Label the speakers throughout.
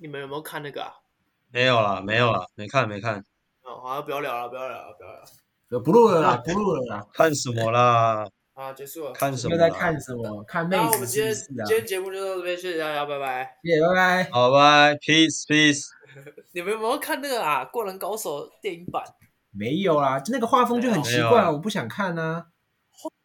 Speaker 1: 你们有没有看那个啊？
Speaker 2: 没有了，没有了，没看，没看，
Speaker 1: 哦，好，不要聊了，不要聊了，不要聊了，
Speaker 3: 呃不录了啦，不录了啦。
Speaker 2: 看什么啦？
Speaker 1: 啊，结束了。
Speaker 2: 看什么
Speaker 3: 又
Speaker 2: 啦？
Speaker 3: 在看什么？看妹
Speaker 1: 那我们
Speaker 3: 子
Speaker 1: 今
Speaker 3: 是
Speaker 1: 天今
Speaker 3: 不是啊？
Speaker 1: 天节目就到这边，谢谢大家，拜拜。
Speaker 3: 谢谢，拜拜。
Speaker 2: 好，拜，peace peace。
Speaker 1: 你们有没有看那个啊《灌篮高手》电影版？
Speaker 3: 没有啦，就那个画风就很奇
Speaker 2: 没有
Speaker 3: 怪啊，
Speaker 2: 啊
Speaker 3: 我不想看啊。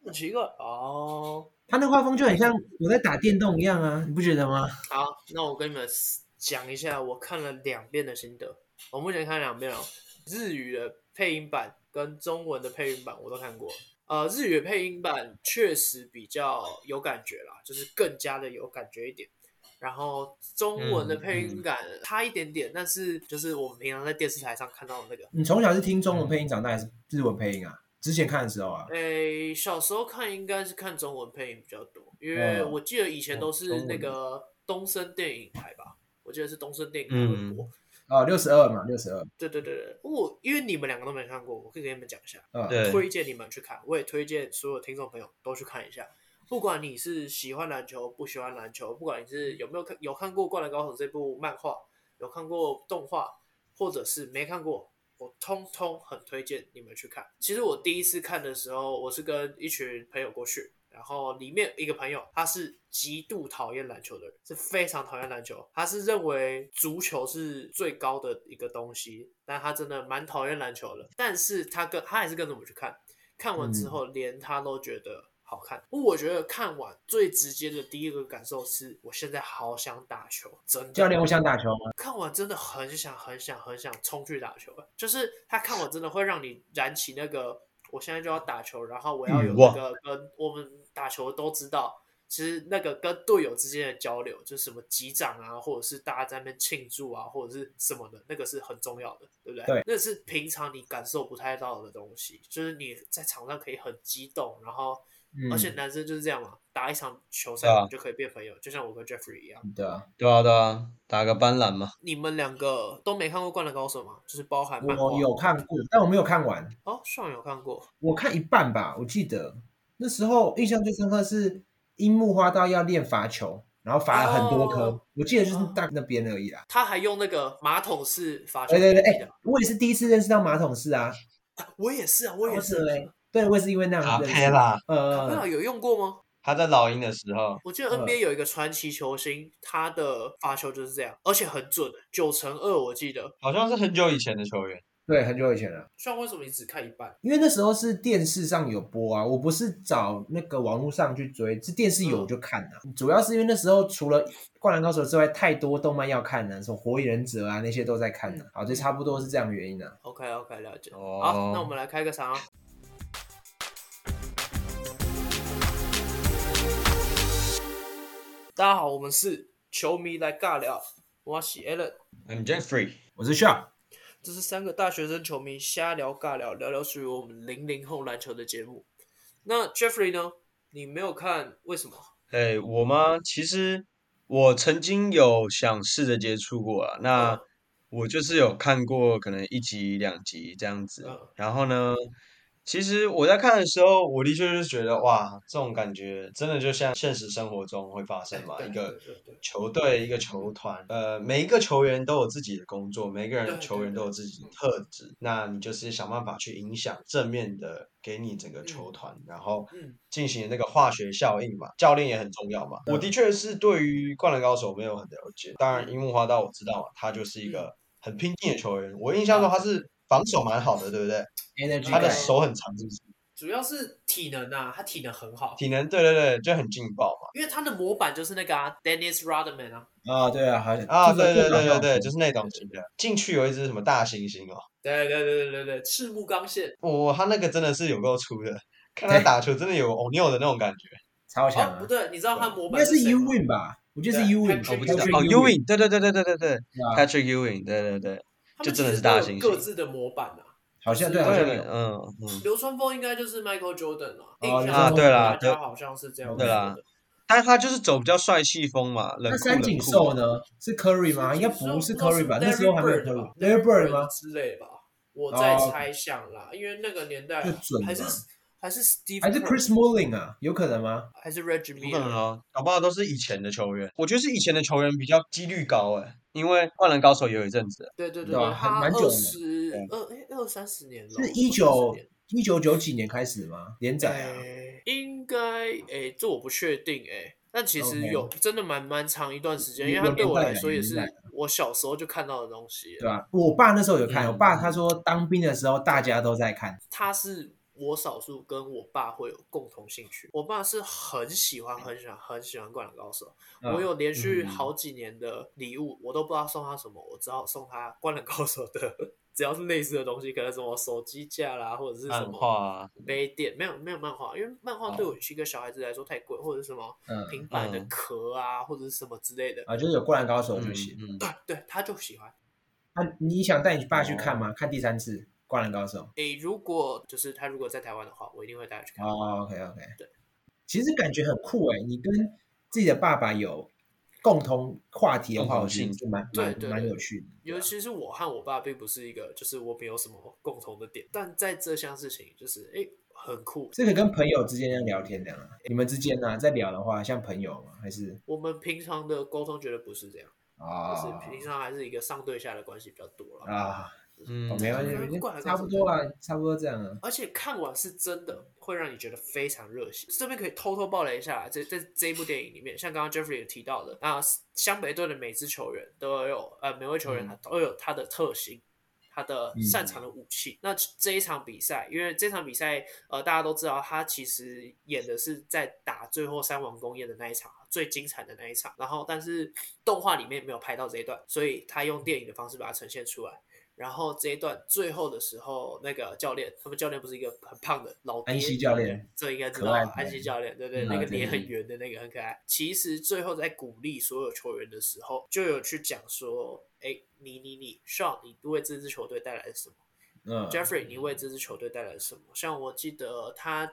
Speaker 1: 很奇怪哦。
Speaker 3: 他那画风就很像我在打电动一样啊，你不觉得吗？
Speaker 1: 好，那我跟你们讲一下我看了两遍的心得。我目前看两遍哦，日语的配音版跟中文的配音版我都看过。呃，日语的配音版确实比较有感觉啦，就是更加的有感觉一点。然后中文的配
Speaker 3: 嗯
Speaker 1: 音感差一点点，但是就是我们平常在电视台上看到的那个。
Speaker 3: 你从小是听中文配音长大，还是日文配音啊？之前看的时候啊，
Speaker 1: 诶，小时候看应该是看中文配音比较多，因为
Speaker 3: 嗯
Speaker 1: 我记得以前都
Speaker 3: 中
Speaker 1: 是
Speaker 3: 文
Speaker 1: 那个东森电影台吧，我记得是东森电影台
Speaker 2: 嗯
Speaker 1: 会播。
Speaker 3: 哦，六十二嘛，六十二，
Speaker 1: 对对对对，我因为你们两个都没看过，我可以给你们讲一下，
Speaker 3: 嗯，
Speaker 2: 对
Speaker 1: 推荐你们去看，我也推荐所有听众朋友都去看一下。不管你是喜欢篮球不喜欢篮球，不管你是有没有看有看过《灌篮高手》这部漫画，有看过动画，或者是没看过，我通通很推荐你们去看。其实我第一次看的时候，我是跟一群朋友过去，然后里面一个朋友他是极度讨厌篮球的人，是非常讨厌篮球，他是认为足球是最高的一个东西，但他真的蛮讨厌篮球的。但是他跟他还是跟着我们去看，看完
Speaker 3: 嗯
Speaker 1: 之后连他都觉得。好看，我觉得看完最直接的第一个感受是，我现在好想打球，真的。
Speaker 3: 教练，我想打球吗？
Speaker 1: 看完真的很想很想很想冲去打球，欸就是他看完真的会让你燃起那个我现在就要打球，然后我要有
Speaker 2: 欲
Speaker 1: 那
Speaker 2: 望
Speaker 1: 个跟我们打球都知道，其实那个跟队友之间的交流，就是什么击掌啊，或者是大家在那边庆祝啊，或者是什么的，那个是很重要的，对不对？
Speaker 3: 对，
Speaker 1: 那是平常你感受不太到的东西，就是你在场上可以很激动，然后
Speaker 3: 嗯，
Speaker 1: 而且男生就是这样嘛，打一场球赛
Speaker 2: 对啊
Speaker 1: 我们就可以变朋友，就像我跟 Jeffrey 一样。
Speaker 3: 对啊，
Speaker 2: 对啊，对啊，打个斑斓嘛。
Speaker 1: 你们两个都没看过《灌篮高手》吗？就是包含漫画
Speaker 3: 我有看过，但我没有看完，
Speaker 1: 哦，上有看过
Speaker 3: 我看一半吧，我记得那时候印象最深刻是樱木花道要练罚球，然后罚了很多颗，
Speaker 1: 哦
Speaker 3: 我记得就是大那边而已啦。
Speaker 1: 他还用那个马桶式罚球
Speaker 3: 对对对，哎、
Speaker 1: 机的啊
Speaker 3: 我也是第一次认识到马桶式啊，
Speaker 1: 我也是啊，我也是
Speaker 3: 好扯欸对，我也是因为那
Speaker 2: 卡
Speaker 3: 样认识
Speaker 2: 佩。拉，
Speaker 1: 卡佩
Speaker 3: 呃
Speaker 1: 拉，有用过吗？
Speaker 2: 他在老鹰的时候，
Speaker 1: 我记得 NBA 有一个传奇球星，他的罚球就是这样，而且很准，九乘二，我记得。
Speaker 2: 好像是很久以前的球员。
Speaker 3: 对，很久以前了。
Speaker 1: 像为什么你只看一半？
Speaker 3: 因为那时候是电视上有播啊，我不是找那个网络上去追，是电视有
Speaker 2: 嗯
Speaker 3: 我就看啊。主要是因为那时候除了《灌篮高手》之外，太多动漫要看了、什么《火影忍者》啊那些都在看呢、
Speaker 1: 嗯
Speaker 3: 啊。好，这差不多是这样的原因呢、啊。
Speaker 1: OK OK，了解。
Speaker 2: 哦
Speaker 1: 好，那我们来开个场啊。大家好，我们是球迷来尬聊，我是 Allen，
Speaker 2: I'm 嗯 Jeffrey。
Speaker 3: 我是 Sharp，
Speaker 1: 这是三个大学生球迷瞎聊尬聊，聊聊属于我们零零后篮球的节目。那 Jeffrey 呢？你没有看，为什么？
Speaker 2: 哎，我吗？其实我曾经有想试着接触过啊。那
Speaker 1: 嗯
Speaker 2: 我就是有看过可能一集两集这样子
Speaker 1: 嗯。
Speaker 2: 然后呢，其实我在看的时候，我的确就是觉得哇，这种感觉真的就像现实生活中会发生嘛，
Speaker 1: 对
Speaker 2: 一个。
Speaker 1: 对对对
Speaker 2: 球队一个球团，呃，每一个球员都有自己的工作，每个
Speaker 1: 对
Speaker 2: 人球
Speaker 1: 对
Speaker 2: 员都
Speaker 1: 对嗯
Speaker 2: 有自己的特质，那你就是想办法去影响正面的给你整个球团，然后
Speaker 1: 嗯
Speaker 2: 进行那个化学效应嘛，教练也很重要嘛。
Speaker 3: 嗯
Speaker 2: 我的确是对于灌篮高手没有很了解，当然樱木花道我知道嘛，他就是一个很拼劲的球员，我印象中他是防守蛮好的，对不对？
Speaker 3: Energy
Speaker 2: 他的
Speaker 3: Guy
Speaker 2: 手很长，是不是？
Speaker 1: 主要是体能啊，他体能很好，
Speaker 2: 体能对对对，就很劲爆嘛。
Speaker 1: 因为他的模板就是那个啊，Dennis Rodman 啊，
Speaker 3: 啊，对啊，好像
Speaker 2: 啊，
Speaker 3: 这个
Speaker 2: 对对
Speaker 3: 这个
Speaker 2: 对
Speaker 3: 好
Speaker 2: 对
Speaker 3: 像
Speaker 2: 对，就是那种型的。进去有一只什么大猩猩哦，
Speaker 1: 对对对对对对，赤木刚宪。
Speaker 2: 我他那个真的是有够粗的，看他打球真的有 O'Neal 的那种感觉。
Speaker 3: 超强
Speaker 1: 哦，
Speaker 3: 啊
Speaker 1: 不，对，你知道他模
Speaker 3: 应
Speaker 1: 板
Speaker 3: 该是
Speaker 1: 谁啊
Speaker 3: U
Speaker 1: 吗
Speaker 3: Win 吧？我觉得是
Speaker 1: 对
Speaker 3: U Win，
Speaker 1: Patrick
Speaker 2: 不知道
Speaker 1: Ewing
Speaker 2: 哦
Speaker 3: Win，
Speaker 2: ，Ewing，对对对对对对对
Speaker 3: 啊，
Speaker 2: ，Patrick Ewing，对对对，
Speaker 1: 他
Speaker 2: 就
Speaker 1: 们
Speaker 2: 真
Speaker 1: 其
Speaker 2: 的
Speaker 1: 实
Speaker 2: 是大
Speaker 1: 都有
Speaker 2: 猩
Speaker 1: 各
Speaker 2: 猩
Speaker 1: 自的模板啊。
Speaker 3: 好像对，好
Speaker 2: 对
Speaker 3: 像
Speaker 2: 对，
Speaker 3: 有。
Speaker 2: 嗯嗯。
Speaker 1: 流川枫应该就是 Michael Jordan 啊，印
Speaker 3: 哦
Speaker 1: 象
Speaker 3: 啊
Speaker 1: 中
Speaker 2: 对啦
Speaker 1: 大家好像是这样
Speaker 2: 对
Speaker 1: 说
Speaker 2: 啦
Speaker 1: 的。
Speaker 2: 但是他就是走比较帅气风嘛，冷
Speaker 3: 那
Speaker 2: 酷
Speaker 3: 三井
Speaker 2: 冷酷。
Speaker 3: 寿呢？是 Curry 吗？
Speaker 1: 三
Speaker 3: 应该
Speaker 1: 井
Speaker 3: 不是
Speaker 1: 寿知道
Speaker 3: Curry 吧？那时候还没有
Speaker 1: Larry Bird 吧
Speaker 3: Curry，Larry Bird 吗？
Speaker 1: 之类吧，我在
Speaker 3: 哦
Speaker 1: 猜想啦，因为那个年代
Speaker 3: 就准
Speaker 1: 还是
Speaker 3: 嘛
Speaker 1: 还是 Steve，
Speaker 3: 还是 Chris Mullin 啊？有可能吗？
Speaker 1: 还是 Reggie
Speaker 2: 有可能
Speaker 1: Miller，
Speaker 2: 啊，搞不好都是以前的球员。我觉得是以前的球员比较几率高哎、因为《灌篮高手》也有一阵子，
Speaker 1: 对对
Speaker 3: 对啊
Speaker 1: 他
Speaker 3: 还蛮久
Speaker 1: 二
Speaker 3: 的
Speaker 1: 十二哎二三十年了，
Speaker 3: 是一九一九九几年开始吗？连载啊，
Speaker 1: 哎，应该哎，这我不确定哎。但其实
Speaker 3: OK
Speaker 1: 有真的蛮蛮长一段时间，
Speaker 3: 有
Speaker 1: 因为它对我
Speaker 3: 有年代
Speaker 1: 来说
Speaker 3: 有
Speaker 1: 也
Speaker 3: 年
Speaker 1: 是
Speaker 3: 代
Speaker 1: 我小时候就看到的东西。
Speaker 3: 对吧、啊我爸那时候有看，
Speaker 2: 嗯
Speaker 3: 我爸他说当兵的时候大家都在看，
Speaker 1: 他是我少数跟我爸会有共同兴趣。我爸是很喜欢、很喜欢、很喜欢《灌篮高手》
Speaker 3: 嗯
Speaker 1: 我有连续
Speaker 2: 嗯
Speaker 1: 好几年的礼物，我都不知道送他什么，我只好送他《灌篮高手》的， 只要是类似的东西，可能什么手机架啦，或者是什
Speaker 2: 漫
Speaker 1: 么
Speaker 2: 画啊，
Speaker 1: 杯垫，没有没有漫画，因为漫画对我一个小孩子来说太贵，或者是什么
Speaker 3: 嗯
Speaker 1: 平板的
Speaker 2: 嗯
Speaker 1: 壳啊，或者是什么之类的。
Speaker 3: 啊，就是有《灌篮高手》就
Speaker 2: 嗯
Speaker 3: 行。
Speaker 2: 嗯，
Speaker 1: 对，他就喜欢。
Speaker 3: 那、你想带你爸去
Speaker 1: 哦
Speaker 3: 看吗？看第三次《灌篮高手》
Speaker 1: 诶，如果就是他如果在台湾的话，我一定会带他去看。
Speaker 3: 哦，OK，OK、o k OK，
Speaker 1: 对，
Speaker 3: 其实感觉很酷哎、你跟自己的爸爸有共同话题的
Speaker 2: 共
Speaker 3: 话，我
Speaker 2: 同
Speaker 3: 觉得
Speaker 2: 兴
Speaker 3: 就蛮
Speaker 1: 对
Speaker 3: 蛮
Speaker 1: 对
Speaker 3: 蛮
Speaker 1: 对
Speaker 3: 有趣的。
Speaker 1: 尤其是我和我爸并不是一个，就是我们有什么共同的点，但在这项事情就是诶很酷。
Speaker 3: 这个跟朋友之间在聊天这样啊，你们之间呢、在聊的话，像朋友吗？还是
Speaker 1: 我们平常的沟通绝对不是这样，
Speaker 3: 啊
Speaker 1: 就是平常还是一个上对下的关系比较多了。
Speaker 3: 啊，
Speaker 2: 嗯
Speaker 3: 哦没关
Speaker 1: 嗯灌篮
Speaker 3: 系，差
Speaker 1: 高手
Speaker 3: 不多啦，差不多这样啊。
Speaker 1: 而且看完是真的会让你觉得非常热血。这边可以偷偷爆雷一下，在在这一部电影里面，像刚刚 Jeffrey 也提到的，啊，湘北队的每支球员都有，呃，每位球员
Speaker 2: 嗯
Speaker 1: 他都有他的特性。他的
Speaker 3: 嗯
Speaker 1: 擅长的武器。那这一场比赛，因为这场比赛，呃，大家都知道，他其实演的是在打最后三王公演的那一场最精彩的那一场。然后，但是动画里面没有拍到这一段，所以他用电影的方式把它呈现出来。然后这一段最后的时候，那个教练，他们教练不是一个很胖的老爹
Speaker 3: 安西教练，
Speaker 1: 这应该知
Speaker 3: 可
Speaker 1: 道
Speaker 3: 爱
Speaker 1: 吧安西教练，对对，
Speaker 3: 嗯
Speaker 1: 那个
Speaker 3: 对
Speaker 1: 脸
Speaker 2: 对
Speaker 1: 很圆的那个很可爱。其实最后在鼓励所有球员的时候，就有去讲说，哎，你你你，Sean，你为这支球队带来了什么？
Speaker 3: 嗯
Speaker 1: Jeffrey，你为这支球队带来什么？像我记得他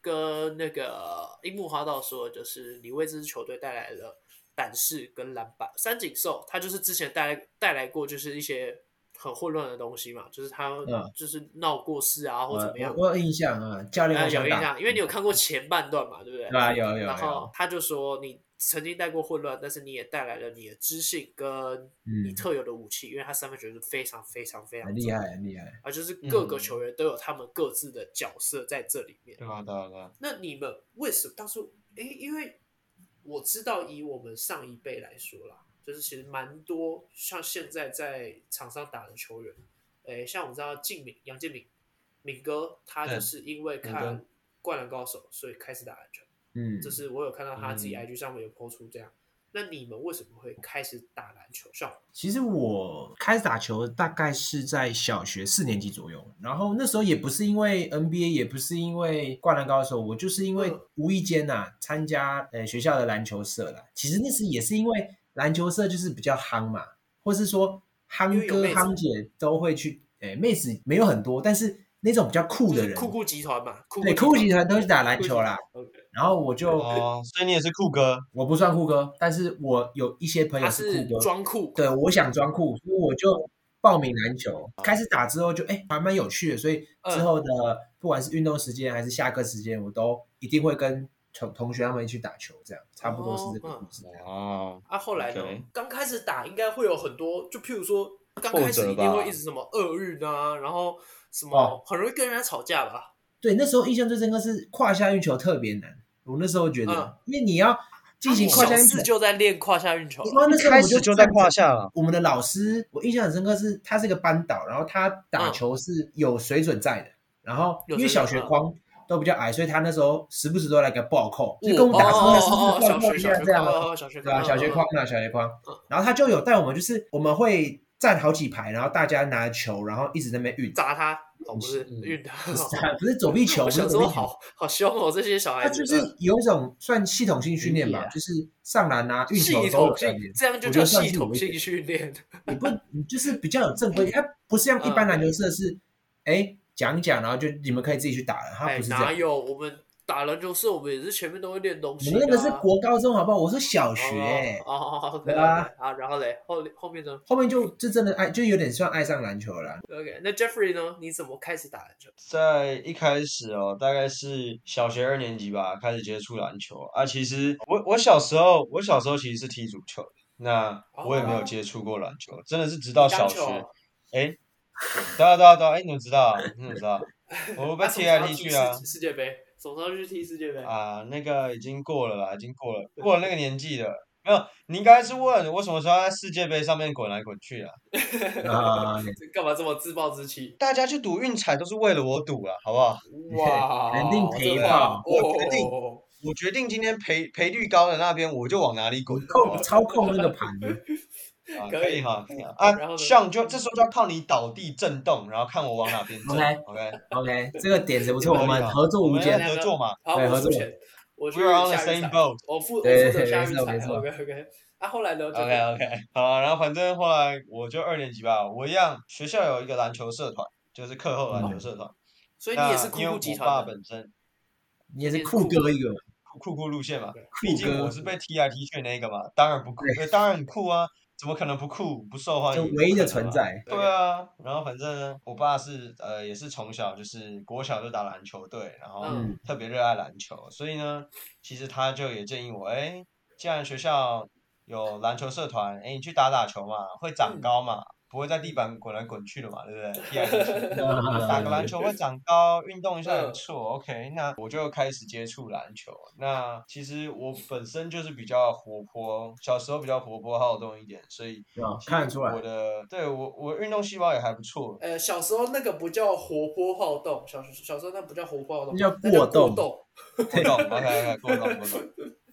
Speaker 1: 跟那个樱木花道说，就是你为这支球队带来了胆识跟篮板。三井寿他就是之前带来带来过，就是一些很混乱的东西嘛，就是他
Speaker 3: 嗯呃
Speaker 1: 就是闹过事啊，或怎么样
Speaker 3: 我。我有印象啊，教练
Speaker 1: 呃，
Speaker 3: 我
Speaker 1: 有
Speaker 3: 想
Speaker 1: 印
Speaker 3: 打，
Speaker 1: 象，因为你有看过前半段嘛，对不对？
Speaker 3: 对啊，有有有，
Speaker 1: 然后他就说，你曾经带过混乱，但是你也带来了你的知性跟你
Speaker 3: 嗯，
Speaker 1: 特有的武器，因为他三分球是非常非常非常
Speaker 3: 很厉害，很厉害。
Speaker 1: 啊，就是各个
Speaker 2: 嗯
Speaker 1: 球员都有他们各自的角色在这里面。
Speaker 2: 对啊对啊对啊，
Speaker 1: 那你们为什么当初？诶，因为我知道以我们上一辈来说啦，就是其实蛮多像现在在场上打的球员，诶，像我们知道敬敏、杨建敏、敏哥，他就
Speaker 2: 嗯
Speaker 1: 是因为看
Speaker 2: 敏
Speaker 1: 《灌篮高手》所以开始打篮球，
Speaker 3: 嗯，
Speaker 1: 这是我有看到他自己
Speaker 2: 嗯
Speaker 1: IG 上面有 po 出这样。那你们为什么会开始打篮球？像
Speaker 3: 其实我开始打球大概是在小学四年级左右，然后那时候也不是因为 NBA，也不是因为灌篮高手，我就是因为
Speaker 1: 嗯
Speaker 3: 无意间呐、啊、参加呃学校的篮球社啦。其实那时也是因为篮球社就是比较夯嘛，或是说
Speaker 1: 因
Speaker 3: 夯
Speaker 1: 为有
Speaker 3: 哥
Speaker 1: 妹子
Speaker 3: 夯姐都会去，诶妹子没有很多，但是那种比较酷
Speaker 1: 就
Speaker 3: 的
Speaker 1: 是
Speaker 3: 人，
Speaker 1: 酷酷集团嘛，酷
Speaker 3: 对酷酷集团都去打篮球啦。
Speaker 1: 酷集团 OK
Speaker 3: 然后我就、
Speaker 2: 哦，所以你也是酷哥，
Speaker 3: 我不算酷哥，但是我有一些朋友
Speaker 1: 他
Speaker 3: 是
Speaker 1: 是
Speaker 3: 酷哥，
Speaker 1: 装酷，
Speaker 3: 对，我想装酷，所以我就报名篮球。
Speaker 2: 哦
Speaker 3: 开始打之后就哎、诶还蛮有趣的，所以
Speaker 2: 嗯
Speaker 3: 之后的、不管是运动时间还是下课时间，我都一定会跟同同学他们一起打球，这样差不多是这个
Speaker 1: 哦
Speaker 3: 故事。
Speaker 2: 哦，
Speaker 1: 啊，后来呢
Speaker 2: OK？
Speaker 1: 刚开始打应该会有很多，就譬如说刚开始一定会一直什么厄运啊，然后什么
Speaker 3: 哦
Speaker 1: 很容易跟人家吵架吧。
Speaker 3: 对，那时候印象最深刻是胯下运球特别难，我那时候觉得，
Speaker 1: 嗯
Speaker 3: 因为你要进
Speaker 2: 啊
Speaker 3: 行胯
Speaker 1: 小
Speaker 3: 下运球
Speaker 1: 四，就在练胯下运球了，
Speaker 3: 然后那时候我
Speaker 2: 开始就在
Speaker 3: 站
Speaker 2: 胯下了，
Speaker 3: 我们的老师，我印象很深刻是，他是个班导，然后他打球是有水准在的，然后
Speaker 1: 嗯
Speaker 3: 因为小学框都比较矮，所以他那时候时不时都来个暴扣，就跟我们打
Speaker 1: 哦
Speaker 3: 球那时
Speaker 1: 哦哦
Speaker 3: 候
Speaker 1: 哦
Speaker 3: 暴
Speaker 1: 小
Speaker 3: 扣
Speaker 1: 学
Speaker 3: 一
Speaker 1: 小
Speaker 3: 样
Speaker 1: 学
Speaker 3: 这样
Speaker 1: 框，
Speaker 3: 啊，
Speaker 1: 哦小学
Speaker 3: 对啊，小学框
Speaker 1: 框
Speaker 3: 啊，小学框
Speaker 1: 嗯。
Speaker 3: 然后他就有带我们，就是我们会站好几排，然后大家拿球，然后一直在那边运，
Speaker 1: 砸他，哦不是
Speaker 2: 嗯
Speaker 1: 运他，
Speaker 3: 不是不是走壁球，
Speaker 1: 我
Speaker 3: 不是
Speaker 1: 想
Speaker 3: 走
Speaker 1: 说
Speaker 3: 壁球，
Speaker 1: 好嗯好凶哦，这些小孩
Speaker 3: 他
Speaker 1: 子
Speaker 3: 就是有一种算系统性训练
Speaker 2: 理
Speaker 3: 吧
Speaker 2: 解，
Speaker 3: 就是上篮啊、运球
Speaker 1: 系
Speaker 3: 都有
Speaker 1: 统
Speaker 3: 在
Speaker 1: 性
Speaker 3: 练，
Speaker 1: 这样就
Speaker 3: 我觉
Speaker 1: 叫
Speaker 3: 得算
Speaker 1: 系
Speaker 3: 是有
Speaker 1: 统
Speaker 3: 一
Speaker 1: 性
Speaker 3: 点
Speaker 1: 训练。
Speaker 3: 也不，你就是比较有正规，它不是像
Speaker 2: 嗯
Speaker 3: 一般篮球社是，哎、讲一讲，然后就你们可以自己去打了，它
Speaker 1: 哎，
Speaker 3: 不是这
Speaker 1: 哪
Speaker 3: 样。
Speaker 1: 有我们打篮球社，我们也是前面都会练东
Speaker 3: 你
Speaker 1: 西、啊。
Speaker 3: 们那个是国高中好不好？我说小学、
Speaker 1: 哦哦哦，OK
Speaker 3: 对啊
Speaker 1: OK，好，然后嘞，后后面呢
Speaker 3: 后面就就真的爱，就有点算爱上篮球了 啦。
Speaker 1: ？OK，那 Jeffrey 呢？你怎么开始打篮球？
Speaker 2: 在一开始哦，大概是小学二年级吧，开始接触篮球啊。其实我我小时候，我小时候其实是踢足球的，那我也没有接触过篮球，真的是直到
Speaker 1: 哦
Speaker 2: 小
Speaker 1: 篮
Speaker 2: 学
Speaker 1: 球。哦
Speaker 2: 哎，对啊对啊对啊，哎，你怎么知道啊？你怎么知道？ 我被
Speaker 1: 那
Speaker 2: 踢来踢去啊
Speaker 1: 什么时候世世界杯，什么时候去踢世界杯？
Speaker 2: 啊，那个已经过了啦，已经过了，过了那个年纪了。没有，你应该是问我什么时候在世界杯上面滚来滚去啊？
Speaker 3: 啊、
Speaker 1: 这干嘛这么自暴自 弃？
Speaker 2: 大家去赌运彩都是为了我赌啊，好不好？
Speaker 1: 哇，哦
Speaker 3: 肯定赔吧
Speaker 1: 吧？
Speaker 2: 我决定我决定今天赔赔率高的那边，我就往哪里滚。
Speaker 3: 控操控那个盘，
Speaker 2: 啊，
Speaker 1: 可
Speaker 2: 可
Speaker 1: 以
Speaker 2: 以哈，可以哈
Speaker 1: 然后
Speaker 2: 啊，
Speaker 1: 呢
Speaker 2: 像就这时候就要靠你倒地震动，然后看我往哪边震。
Speaker 3: OK
Speaker 2: OK，
Speaker 3: OK，这个点子不错，
Speaker 2: 可以啊
Speaker 3: 我们合作
Speaker 2: 我
Speaker 3: 无
Speaker 2: 们要
Speaker 3: 间。
Speaker 2: 合作嘛
Speaker 1: 好，
Speaker 3: 对
Speaker 1: 我
Speaker 3: 合
Speaker 1: 出
Speaker 3: 作
Speaker 1: 钱，我去
Speaker 2: ，We're on the
Speaker 1: 下雨
Speaker 2: same
Speaker 1: 伞。
Speaker 2: boat。
Speaker 1: 我负我负
Speaker 3: 对
Speaker 1: 责下雨
Speaker 3: 没错
Speaker 1: 伞
Speaker 3: 没错
Speaker 1: ，OK OK。那啊后来呢
Speaker 2: OK OK，好，然后反正后来我就二年级吧，我一样学校有一个篮球社团，就是课后篮球社团。
Speaker 1: 嗯所以你
Speaker 2: 那
Speaker 1: 也是酷
Speaker 2: 因为
Speaker 1: 酷集
Speaker 2: 我爸
Speaker 1: 团的，
Speaker 2: 本身
Speaker 3: 你也是酷哥一个，
Speaker 2: 酷酷酷路线嘛，毕
Speaker 3: 酷
Speaker 2: 竟我
Speaker 3: 哥
Speaker 2: 是被踢来踢去那个嘛，当然不酷，
Speaker 3: 对
Speaker 2: 呃当然很酷啊，怎么可能不酷不受欢
Speaker 3: 就
Speaker 2: 迎？
Speaker 3: 唯一的
Speaker 2: 不可能
Speaker 3: 存
Speaker 2: 嘛
Speaker 3: 在。
Speaker 2: 对啊，然后反正呢我爸是呃也是从小就是国小就打篮球队，然后
Speaker 1: 嗯
Speaker 2: 特别热爱篮球，所以呢，其实他就也建议我，哎，既然学校有篮球社团，哎，你去打打球嘛，会长
Speaker 1: 嗯
Speaker 2: 高嘛，不会在地板滚来滚去的嘛，对不对？ 踢来踢去打个篮
Speaker 3: 啊
Speaker 2: 球会长高，运动一下也
Speaker 1: 嗯
Speaker 2: 不 错。OK，那我就开始接触篮球。那其实我本身就是比较活泼，小时候比较活泼好动一点，所以
Speaker 3: 哦
Speaker 2: 其实
Speaker 3: 看得出来
Speaker 2: 我，的对我我运动细胞也还不 错。
Speaker 1: 呃，小时候那个不叫活泼好动，小时小时候那不叫活泼好动，
Speaker 3: 那叫
Speaker 1: 那叫
Speaker 3: 过动
Speaker 1: 过动。
Speaker 2: 过动，OK OK，过动过动。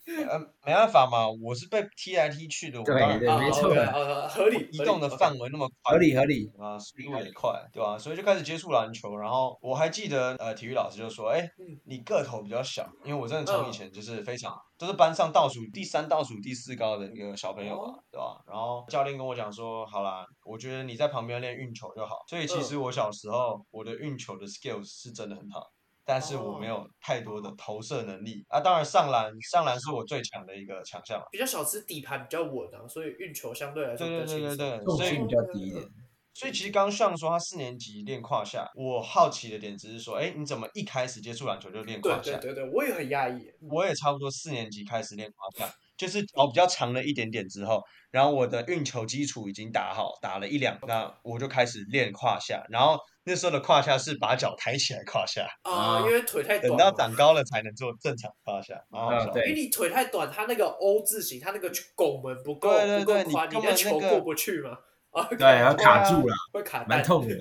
Speaker 2: 呃，没办法嘛，我是被踢来踢去的，我
Speaker 3: 对
Speaker 2: 当然
Speaker 3: 对
Speaker 1: 啊
Speaker 3: 没错
Speaker 1: OK，好好合理。
Speaker 2: 移
Speaker 1: 合理
Speaker 2: 动的
Speaker 1: OK
Speaker 2: 范围那么宽
Speaker 3: 合，理合理。
Speaker 2: 啊，速度也快，对吧、所以就开始接触篮球，然后我还记得，呃，体育老师就说，哎
Speaker 1: 嗯，
Speaker 2: 你个头比较小，因为我真的从
Speaker 1: 嗯
Speaker 2: 以前就是非常，都是班上倒数第三、倒数第四高的一个小朋友
Speaker 1: 哦
Speaker 2: 吧，对吧、然后教练跟我讲说，好啦，我觉得你在旁边练运球就好。所以其
Speaker 1: 嗯
Speaker 2: 实我小时候我的运球的 skills 是真的很好。但是我没
Speaker 1: 哦
Speaker 2: 有太多的投射能力啊，当然上篮上篮是我最强的一个强项嘛。
Speaker 1: 比较小只，底盘比较稳啊，所以运球相对来说
Speaker 2: 对
Speaker 1: 比
Speaker 2: 对
Speaker 1: 较轻松。
Speaker 2: 对对对，
Speaker 3: 重
Speaker 2: 所以
Speaker 3: 心比较低一点。
Speaker 2: 所以其实刚刚上说他四年级练胯下，我好奇的点只是说，哎，你怎么一开始接触篮球就练胯
Speaker 1: 对
Speaker 2: 下？
Speaker 1: 对对对，我也很压抑。
Speaker 2: 我也差不多四年级开始练胯下，就是脚比较长了一点点之后，然后我的运球基础已经打好，打了一两，那我就开始练胯下。然后那时候的胯下是把脚抬起来胯 下，
Speaker 1: 啊，
Speaker 3: 啊
Speaker 1: 因为腿太
Speaker 2: 等
Speaker 1: 短
Speaker 2: 到
Speaker 1: 了。
Speaker 2: 长高了才能做正常胯下。
Speaker 1: 嗯
Speaker 2: 蛮好
Speaker 3: 啊
Speaker 2: 笑的
Speaker 3: 对
Speaker 1: 因为你腿太短，它那个 O 字形，它那个拱门不够
Speaker 2: 对对对
Speaker 1: 不够宽，
Speaker 2: 你
Speaker 1: 你
Speaker 2: 根
Speaker 1: 的
Speaker 2: 本
Speaker 1: 球
Speaker 2: 那个
Speaker 1: 过不去嘛。啊，
Speaker 3: 对，然后卡
Speaker 2: 对啊
Speaker 3: 住了，
Speaker 1: 会卡
Speaker 3: 蛮
Speaker 1: 蛋。
Speaker 3: 痛的，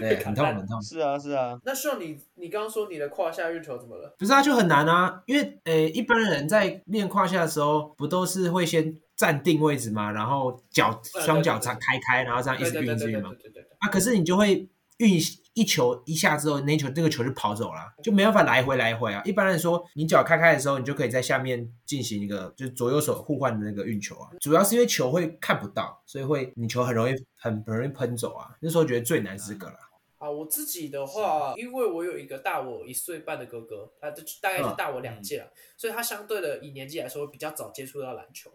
Speaker 3: 对，很痛很痛。
Speaker 2: 是啊是啊，
Speaker 1: 那像你，你刚刚说你的胯下运球怎么了？
Speaker 3: 不是啊，就很难啊，因为呃，一般人在练胯下的时候，不都是会先站定位置嘛，然后脚
Speaker 1: 对
Speaker 3: 双脚
Speaker 1: 对对
Speaker 3: 张开开，然后啊这样一
Speaker 1: 对
Speaker 3: 直
Speaker 1: 对
Speaker 3: 运
Speaker 1: 对
Speaker 3: 一直
Speaker 1: 对
Speaker 3: 运
Speaker 1: 对
Speaker 3: 嘛
Speaker 1: 对。对对。
Speaker 3: 啊，可是你就会运一球一下之后，那球那个球就跑走了，就没办法来回来回啊。一般来说，你脚开开的时候，你就可以在下面进行一个就是左右手互换的那个运球啊。主要是因为球会看不到，所以会你球很容易很很容易喷走啊。那时候觉得最难是这个了。
Speaker 1: 啊，我自己的话，因为我有一个大我一岁半的哥哥，他就大概是
Speaker 3: 嗯
Speaker 1: 大我两届了，所以他相对的以年纪来说比较早接触到篮球。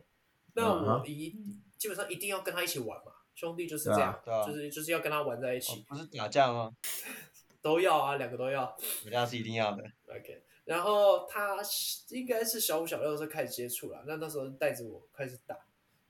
Speaker 1: 那
Speaker 3: 嗯哼
Speaker 1: 我一、基本上一定要跟他一起玩嘛，兄弟就是这
Speaker 3: 对
Speaker 1: 样
Speaker 3: 啊，
Speaker 2: 对啊
Speaker 1: 就是就是要跟他玩在一
Speaker 2: 哦
Speaker 1: 起，
Speaker 2: 不是打架吗？
Speaker 1: 都要啊，两个都要。
Speaker 2: 打架是一定要的。
Speaker 1: OK，然后他应该是小五小六的时候开始接触了，那那时候带着我开始打，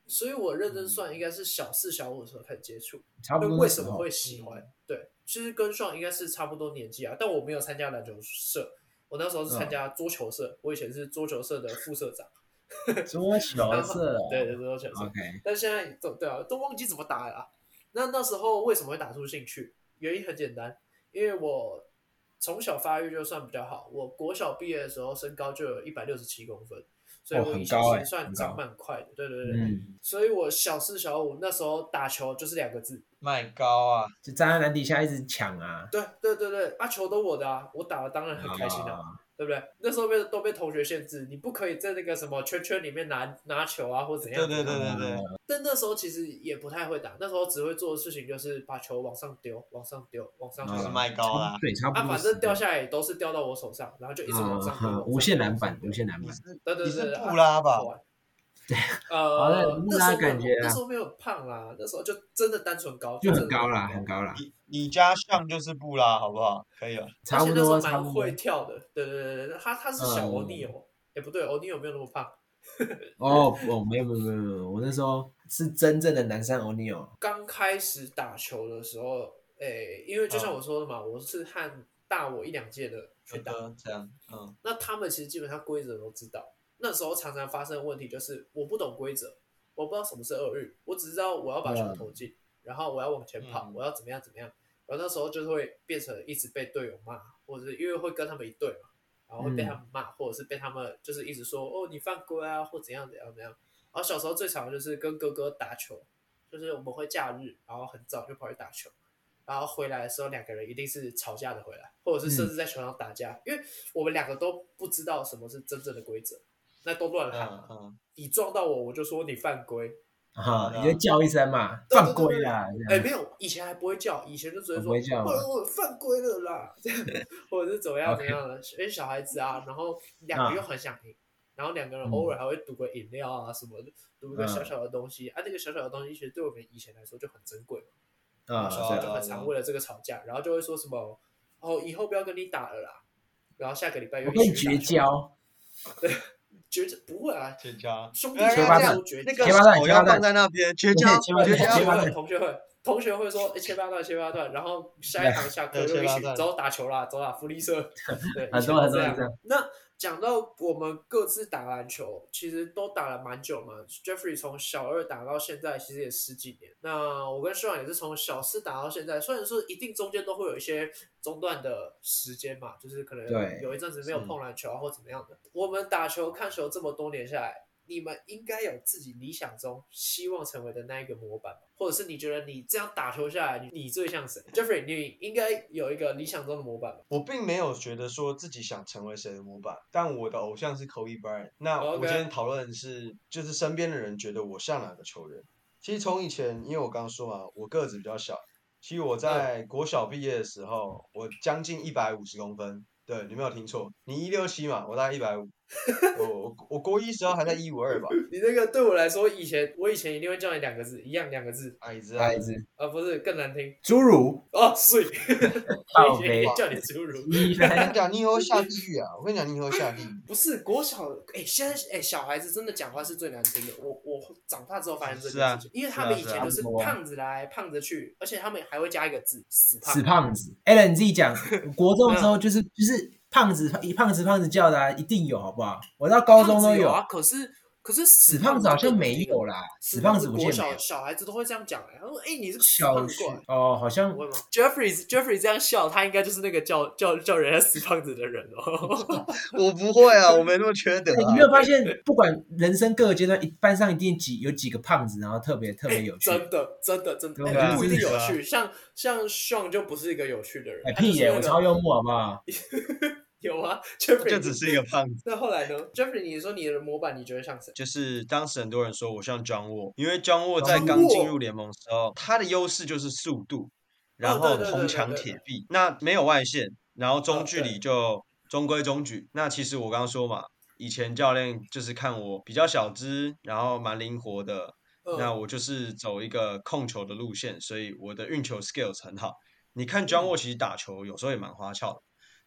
Speaker 1: 所以我
Speaker 3: 嗯
Speaker 1: 认真算应该是小四小五的时候开始接触。
Speaker 3: 差不
Speaker 1: 那
Speaker 3: 多
Speaker 1: 为
Speaker 3: 那
Speaker 1: 什
Speaker 3: 时
Speaker 1: 么
Speaker 3: 候嗯
Speaker 1: 会喜欢？对，其实跟上应该是差不多年纪啊，但我没有参加篮球社，我那时候是
Speaker 3: 嗯
Speaker 1: 参加桌球社，我以前是桌球社的副社长，
Speaker 3: 桌球社
Speaker 1: 对对桌球社，
Speaker 3: 哦啊，OK，
Speaker 1: 但现在都对啊，都忘记怎么打了、啊。那那时候为什么会打出兴趣？原因很简单，因为我从小发育就算比较好，我国小毕业的时候身高就有一百六十七公分，所以
Speaker 3: 哦
Speaker 1: 我以
Speaker 3: 很
Speaker 1: 前
Speaker 3: 高
Speaker 1: 其
Speaker 3: 欸
Speaker 1: 实算
Speaker 3: 很
Speaker 1: 长
Speaker 3: 高
Speaker 1: 蛮快的，对对对，
Speaker 3: 嗯，
Speaker 1: 所以我小四小五那时候打球就是两个字，
Speaker 2: 迈高啊，
Speaker 3: 就站在篮底下一直抢啊，
Speaker 1: 对对对对，啊，球都我的啊，我打的当然很开心啊。
Speaker 3: 啊，
Speaker 1: 对不对？那时候被都被同学限制，你不可以在那个什么圈圈里面拿拿球啊，或怎样。
Speaker 2: 对对对对对，
Speaker 1: 但那时候其实也不太会打，那时候只会做的事情就是把球往上丢，往上丢，往上丢。
Speaker 2: 就是
Speaker 3: 嗯
Speaker 2: 卖高啦。
Speaker 3: 对，差不多
Speaker 1: 啊，
Speaker 3: 是。
Speaker 1: 反正掉下来也都是掉到我手上，然后就一直往上丢
Speaker 3: 嗯
Speaker 1: 往
Speaker 3: 嗯
Speaker 1: 上
Speaker 3: 无限篮板
Speaker 1: 往，上
Speaker 3: 无限篮
Speaker 2: 你
Speaker 3: 板。
Speaker 2: 是
Speaker 1: 对对
Speaker 2: 你
Speaker 1: 对啊
Speaker 2: 是
Speaker 1: 对，
Speaker 2: 布拉吧？
Speaker 1: 对，
Speaker 3: 好那
Speaker 1: 呃，
Speaker 3: 布
Speaker 1: 那
Speaker 3: 拉
Speaker 1: 时候没有
Speaker 3: 感觉啊
Speaker 1: 那时候没有胖啦，那时候就真的单纯高，
Speaker 3: 就
Speaker 1: 真
Speaker 3: 很
Speaker 1: 的
Speaker 3: 高啦，
Speaker 1: 单纯
Speaker 3: 很高啦，
Speaker 2: 你你家像就是布拉，好不好？可以了。
Speaker 1: 而
Speaker 3: 差
Speaker 1: 且
Speaker 3: 不
Speaker 1: 那时候
Speaker 3: 多，差
Speaker 1: 蛮
Speaker 3: 不多嗯
Speaker 1: 会。跳的，对对对对对，他他是小欧尼尔，哎不对，欧尼尔没有那么胖，
Speaker 3: 哦，哦，没有没有没有没有，我那时候是真正的南山欧尼尔，
Speaker 1: 刚开始打球的时候，哎，因为就
Speaker 3: 嗯
Speaker 1: 像我说的嘛，我是和大我一两届的去打，
Speaker 2: 的这样，嗯，
Speaker 1: 那他们其实基本上规则都知道。那时候常常发生的问题就是我不懂规则，我不知道什么是厄运，我只知道我要把球投进，然后我要往前跑，
Speaker 2: 嗯
Speaker 1: 我要怎么样怎么样。然后那时候就会变成一直被队友骂，或者是因为会跟他们一队嘛，然后会被他们骂，或者是被他们就是一直说哦你犯规啊，或怎样怎样怎样。然后小时候最常就是跟哥哥打球，就是我们会假日，然后很早就跑去打球，然后回来的时候两个人一定是吵架的回来，或者是甚至在球场打架，因为我们两个都不知道什么是真正的规则，那都乱喊
Speaker 2: 嗯
Speaker 1: 嘛。
Speaker 2: 嗯，
Speaker 1: 你撞到我，我就说你犯规。
Speaker 3: 哈，
Speaker 2: 对啊
Speaker 3: 你就叫一声嘛，
Speaker 1: 对对
Speaker 3: 犯规啦，这
Speaker 1: 哎，
Speaker 3: 样。
Speaker 1: 没有，以前还不会叫，以前就直接
Speaker 3: 哦
Speaker 1: 说
Speaker 3: 不会叫吗
Speaker 1: 我我犯规了啦，这样或者是怎么样
Speaker 3: OK
Speaker 1: 怎样的，因为小孩子啊，然后两
Speaker 3: 啊
Speaker 1: 个又很想赢，然后两个人
Speaker 3: 嗯
Speaker 1: 偶尔还会赌个饮料啊什么的，赌个
Speaker 3: 嗯
Speaker 1: 小小的东西啊，那个小小的东西其实对我们以前来说就很珍贵。
Speaker 3: 啊，
Speaker 1: 小时候
Speaker 3: 对，
Speaker 1: 就很常为了这个吵架，然后就会说什么哦，以后不要跟你打了啦，然后下个礼拜又
Speaker 3: 我跟你
Speaker 1: 一起打
Speaker 3: 绝
Speaker 1: 球，
Speaker 3: 交，
Speaker 1: 绝交不会啊，
Speaker 2: 绝交。
Speaker 1: 兄弟
Speaker 2: 哎
Speaker 1: 情
Speaker 3: 切八
Speaker 1: 这
Speaker 3: 段
Speaker 1: 种绝
Speaker 2: 那
Speaker 1: 交
Speaker 2: 个
Speaker 3: 切八段
Speaker 2: 手
Speaker 3: 切八
Speaker 2: 要
Speaker 3: 段
Speaker 2: 放在那边，绝交，
Speaker 3: 切八段
Speaker 2: 绝
Speaker 1: 同
Speaker 3: 切
Speaker 1: 学
Speaker 3: 八
Speaker 2: 交。
Speaker 3: 段
Speaker 1: 会同学会同学会说哎切八段切八段，然后下一堂下课又一起
Speaker 2: 对切八段
Speaker 1: 走打球啦，走啦，福利社，对，
Speaker 3: 很多
Speaker 1: 以前都这
Speaker 3: 很多是这样
Speaker 1: 样。那讲到我们各自打篮球，其实都打了蛮久嘛。Jeffrey 从小二打到现在，其实也十几年。那我跟 s h a n 也是从小四打到现在，虽然说一定中间都会有一些中断的时间嘛，就是可能
Speaker 3: 对
Speaker 1: 有一阵子没有碰篮球啊或怎么样的。我们打球看球这么多年下来。你们应该有自己理想中希望成为的那一个模板吧，或者是你觉得你这样打球下来，你你最像谁？Jeffrey，你应该有一个理想中的模板吧？
Speaker 2: 我并没有觉得说自己想成为谁的模板，但我的偶像是 Kobe Bryant。那我
Speaker 1: OK
Speaker 2: 今天讨论的是，就是身边的人觉得我像哪个球员。其实从以前，因为我刚说嘛，我个子比较小。其实我在国小毕业的时候，我将近一百五十公分。对，你没有听错，你一六七嘛，我大概一百五。我我我国一时候还在一五二吧，
Speaker 1: 你那个对我来说，以前我以前一定会叫你两个字，一样两个字，
Speaker 2: 矮子啊
Speaker 3: 孩，子，
Speaker 1: 啊不是更难听
Speaker 3: 侏 儒，
Speaker 1: 哦，水，
Speaker 3: 靠
Speaker 1: 我 以前
Speaker 3: 北
Speaker 1: 也叫你侏儒，
Speaker 3: 一
Speaker 2: 我哎跟你讲，你以后下地狱啊！我跟你讲，你以后下地狱。
Speaker 1: 不是国小，哎、现在哎、小孩子真的讲话是最难听的，我我长大之后发现这
Speaker 2: 是
Speaker 1: 件
Speaker 2: 啊
Speaker 1: 事情，因为他们以
Speaker 2: 是啊
Speaker 1: 前就是
Speaker 3: 是啊
Speaker 1: 胖子来胖子去，而且他们还会加一个字死胖
Speaker 3: 死，胖子。a l a n 你自己 讲，国中的时候就是就是胖子一胖子胖子叫的啊，一定有好不好？我到高中
Speaker 1: 胖
Speaker 3: 都
Speaker 1: 子有
Speaker 3: 有，
Speaker 1: 啊，可是可是死
Speaker 3: 死胖子好像没有
Speaker 1: 了，
Speaker 3: 啦，
Speaker 1: 啊死
Speaker 3: 死胖
Speaker 1: 子
Speaker 3: 子我记
Speaker 1: 国
Speaker 3: 得没
Speaker 1: 小
Speaker 3: 有。
Speaker 1: 小孩子都会这样讲、哎，他说哎、你这个死
Speaker 3: 小
Speaker 1: 胖子
Speaker 3: 学
Speaker 1: 过来。
Speaker 3: 哦，好像
Speaker 1: 不会吗？Jeffrey Jeffrey 这样笑，他应该就是那个叫叫叫人家死胖子的人哦。
Speaker 2: 我不会啊，我没那么缺德
Speaker 3: 对，你
Speaker 2: 啊
Speaker 3: 没。有发现，不管人生各个阶段，一班上一定几有几个胖子，然后特别特别有趣。
Speaker 1: 真的，真的，真的，
Speaker 3: 对
Speaker 1: 哎
Speaker 2: 啊
Speaker 1: 不一定有
Speaker 2: 是啊
Speaker 1: 趣。像像 Sean 就不是一个有趣的人，
Speaker 3: 哎
Speaker 1: 他就是
Speaker 3: 屁耶、
Speaker 1: 那
Speaker 3: 我
Speaker 1: 个
Speaker 3: 超幽默好不好？
Speaker 1: 有啊。Jeffrey
Speaker 2: 就只是一个胖子。
Speaker 1: 那后来呢？Jeffrey，你说你的模板，你觉得像谁？
Speaker 2: 就是当时很多人说我像 John Wall，因为 John Wall
Speaker 3: John
Speaker 2: 在刚进
Speaker 1: Wall
Speaker 2: 入联盟的时候，他的优势就是速度，然
Speaker 1: 哦对
Speaker 2: 后
Speaker 1: 对对
Speaker 2: 铜
Speaker 1: 对
Speaker 2: 墙
Speaker 1: 对
Speaker 2: 铁壁，那没有外线，然后
Speaker 1: 哦
Speaker 2: 中距
Speaker 1: 对
Speaker 2: 离就中规中矩。那其实我刚刚说嘛，以前教练就是看我比较小只，然后蛮灵活的，
Speaker 1: 嗯
Speaker 2: 那我就是走一个控球的路线，所以我的运球 skills 很好。
Speaker 1: 嗯
Speaker 2: 你看 John Wall 其实打球有时候也蛮花俏的，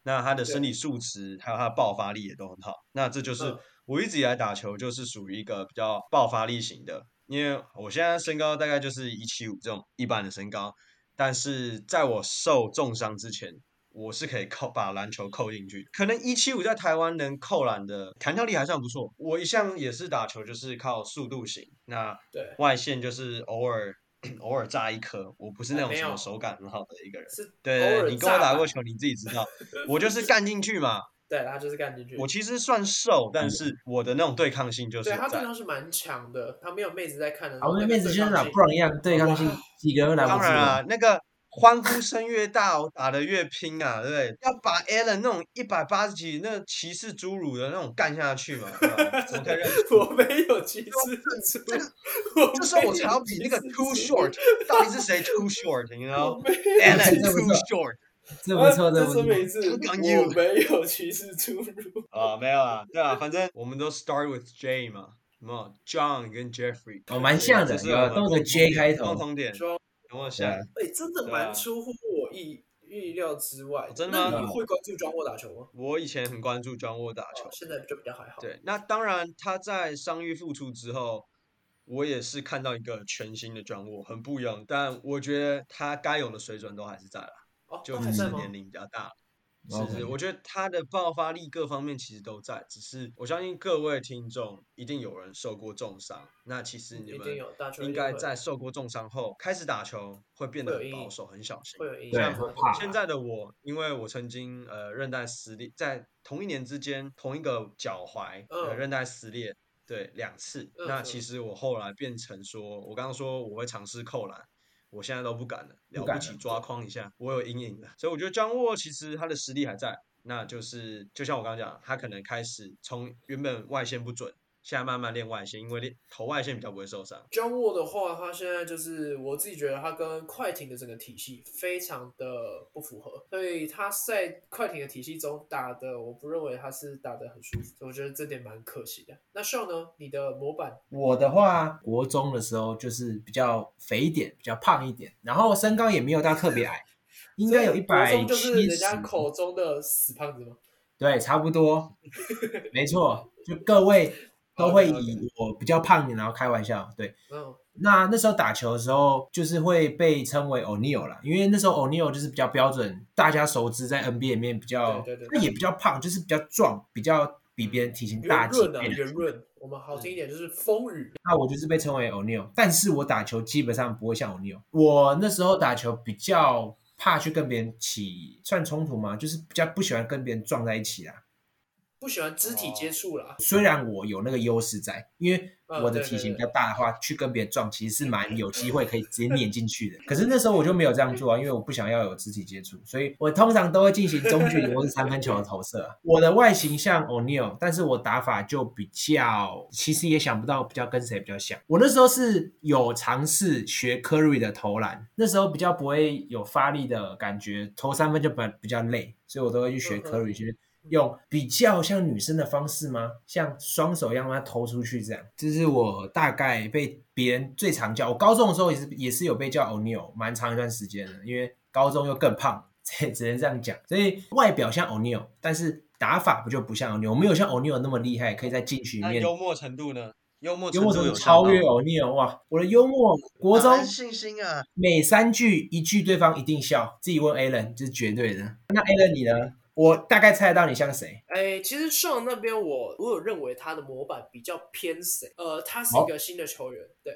Speaker 2: 那他的身体素质还有他的爆发力也都很好。那这就是
Speaker 1: 嗯
Speaker 2: 我一直以来打球就是属于一个比较爆发力型的，因为我现在身高大概就是一七五这种一般的身高，但是在我受重伤之前。我是可以扣把篮球扣进去，可能一七五在台湾能扣篮的弹跳力还算不错。我一向也是打球就是靠速度型，那
Speaker 1: 对，
Speaker 2: 外线就是偶尔偶尔炸一颗，我不是那
Speaker 1: 哎
Speaker 2: 种
Speaker 1: 没
Speaker 2: 什么
Speaker 1: 有
Speaker 2: 手感很好的 一个人。
Speaker 1: 是偶
Speaker 2: 对，
Speaker 1: 尔
Speaker 2: 你跟我
Speaker 1: 炸
Speaker 2: 打
Speaker 1: 吧
Speaker 2: 过球，你自己知 道，我就是干进去嘛。
Speaker 1: 对，他就是干进去。
Speaker 2: 我其实算瘦，但是我的那种对抗性就是
Speaker 1: 对他对
Speaker 2: 在。
Speaker 1: 抗是蛮强的，他没有妹子在看的时
Speaker 3: 好，
Speaker 1: 候。
Speaker 3: 我们
Speaker 1: 那
Speaker 3: 妹子
Speaker 1: 对
Speaker 3: 先
Speaker 1: 抗
Speaker 3: 打
Speaker 1: 性
Speaker 3: 布朗一样对抗性
Speaker 1: 哇，
Speaker 3: 几个都来不
Speaker 2: 当然
Speaker 3: 住。
Speaker 2: 啊，那个欢呼声越大，我打得越拼啊，对不对？要把 Allen 那种一百八十几那歧视侏儒的那种干下去嘛，对吧怎么可 以认输？
Speaker 1: 我没有歧视猪，我
Speaker 2: 这时候我才要比那个 too short，到底是谁 too short？You know，Allen
Speaker 3: 这么
Speaker 2: too
Speaker 3: 说
Speaker 2: short。
Speaker 3: 这不错，这
Speaker 1: 再说
Speaker 3: 不错。
Speaker 1: 明一次，
Speaker 2: 刚刚有
Speaker 1: 我没有歧视侏儒。
Speaker 2: 啊，没有啊，对啊，反正我们都 start with J 嘛，什么 John 跟 Jeffrey，
Speaker 3: 哦蛮像的
Speaker 2: 这是
Speaker 3: 有
Speaker 2: 我们
Speaker 3: 都有个
Speaker 2: 共同
Speaker 3: J
Speaker 2: 点
Speaker 3: 开头
Speaker 2: 共同点，
Speaker 1: John
Speaker 2: 有没有
Speaker 3: 对啊
Speaker 2: 像？
Speaker 1: 哎，真的
Speaker 2: 对啊哦
Speaker 1: 蛮出乎我意预料之外。
Speaker 2: 真的吗
Speaker 1: 那你会关注庄沃打球吗？
Speaker 2: 我以前很关注 John 沃打球
Speaker 1: 哦，现在就比较还好。，
Speaker 2: 对，那当然他在伤愈复出之后，我也是看到一个全新的 John 沃，很不一样，但我觉得他该有的水准都还是在啦，
Speaker 1: 哦，
Speaker 2: 就
Speaker 1: 他还
Speaker 2: 只
Speaker 1: 在
Speaker 2: 是
Speaker 1: 吗？
Speaker 2: 年龄比较大了。是
Speaker 3: OK
Speaker 2: 是，我觉得他的爆发力各方面其实都在，只是我相信各位听众一定有人受过重伤，那其实你
Speaker 1: 一
Speaker 2: 们
Speaker 1: 定有，大球
Speaker 2: 应该在受过重伤后开始打球会变得很保守、很小心
Speaker 1: 会。有影
Speaker 3: 对
Speaker 1: 响
Speaker 2: 像
Speaker 3: 会怕
Speaker 2: 现在的我，因为我曾经呃韧带撕裂，在同一年之间同一个脚踝呃
Speaker 1: 嗯
Speaker 2: 韧带撕裂对两次。
Speaker 1: 嗯
Speaker 2: 那
Speaker 1: 嗯
Speaker 2: 其实我后来变成说，我刚刚说我会尝试扣篮，我现在都不敢了，
Speaker 3: 不
Speaker 2: 了
Speaker 3: 敢
Speaker 2: 不起抓框一下，我有阴影了。所以我觉得张沃其实他的实力还在，那就是就像我刚刚讲，他可能开始从原本外线不准，现在慢慢练外线，因为练投外线比较不会受伤。
Speaker 1: John Wall 的话，他现在就是我自己觉得他跟快艇的整个体系非常的不符合，所以他在快艇的体系中打的，我不认为他是打的很舒服，我觉得这点蛮可惜的。那 Sean 呢？你的模板
Speaker 3: 我的话，国中的时候就是比较肥一点，比较胖一点，然后身高也没有到特别矮，应该有一百
Speaker 1: 所以国中
Speaker 3: 七
Speaker 1: 就
Speaker 3: 十。
Speaker 1: 是人家口中的死胖子吗？
Speaker 3: 对，差不多，没错，就各位都会
Speaker 1: OK，OK
Speaker 3: 以我比较胖一点然后开玩笑。对，
Speaker 1: 嗯，
Speaker 3: 那那时候打球的时候，就是会被称为 O'Neal 啦，因为那时候 O'Neal 就是比较标准，大家熟知在 NBA 里面比较，
Speaker 1: 对对对
Speaker 3: 那也比较胖，就是比较壮，比较比别人体型大
Speaker 1: 圆
Speaker 3: 几
Speaker 1: 润啊，
Speaker 3: 倍的。
Speaker 1: 圆润。我们好听一点就是风雨，
Speaker 3: 那我就是被称为 O'Neal，但是我打球基本上不会像 O'Neal。我那时候打球比较怕去跟别人起算冲突嘛，就是比较不喜欢跟别人撞在一起啦。
Speaker 1: 不喜欢肢体接触啦。
Speaker 3: 哦虽然我有那个优势在，因为我的
Speaker 1: 嗯对
Speaker 3: 体
Speaker 1: 对对
Speaker 3: 型
Speaker 1: 嗯
Speaker 3: 比较大的话，去跟别人撞其实是蛮有机会可以直接碾进去的。可是那时候我就没有这样做啊，因为我不想要有肢体接触，所以我通常都会进行中距离或是三分球的投射啊。我的外形像 O'Neal，但是我打法就比较，其实也想不到比较跟谁比较像。我那时候是有尝试学 Curry 的投篮，那时候比较不会有发力的感觉，投三分就比比较累，所以我都会去学
Speaker 1: 嗯嗯
Speaker 3: Curry 去用比较像女生的方式吗？像双手一样把它投出去这样。这是我大概被别人最常叫。我高中的时候也是也是有被叫 O'Neal，蛮长一段时间的，因为高中又更胖，只只能这样讲。所以外表像 O'Neal，但是打法不就不像 O'Neal，我没有像 O'Neal 那么厉害，可以在禁区里
Speaker 2: 那
Speaker 3: 面
Speaker 2: 幽默程度呢？幽默
Speaker 3: 幽
Speaker 2: 程
Speaker 3: 默
Speaker 2: 度
Speaker 3: 中
Speaker 2: 有
Speaker 3: 超越
Speaker 2: 我
Speaker 3: O'Neal 哇！我的幽默国中
Speaker 2: 信心啊！
Speaker 3: 每三句一句对方一定笑，自己问 Alan 这是绝对的。那 Alan 你呢？我大概猜得到你像谁？
Speaker 1: 哎，其实上那边我我有认为他的模板比较偏谁？呃，他是一个新的球员，对，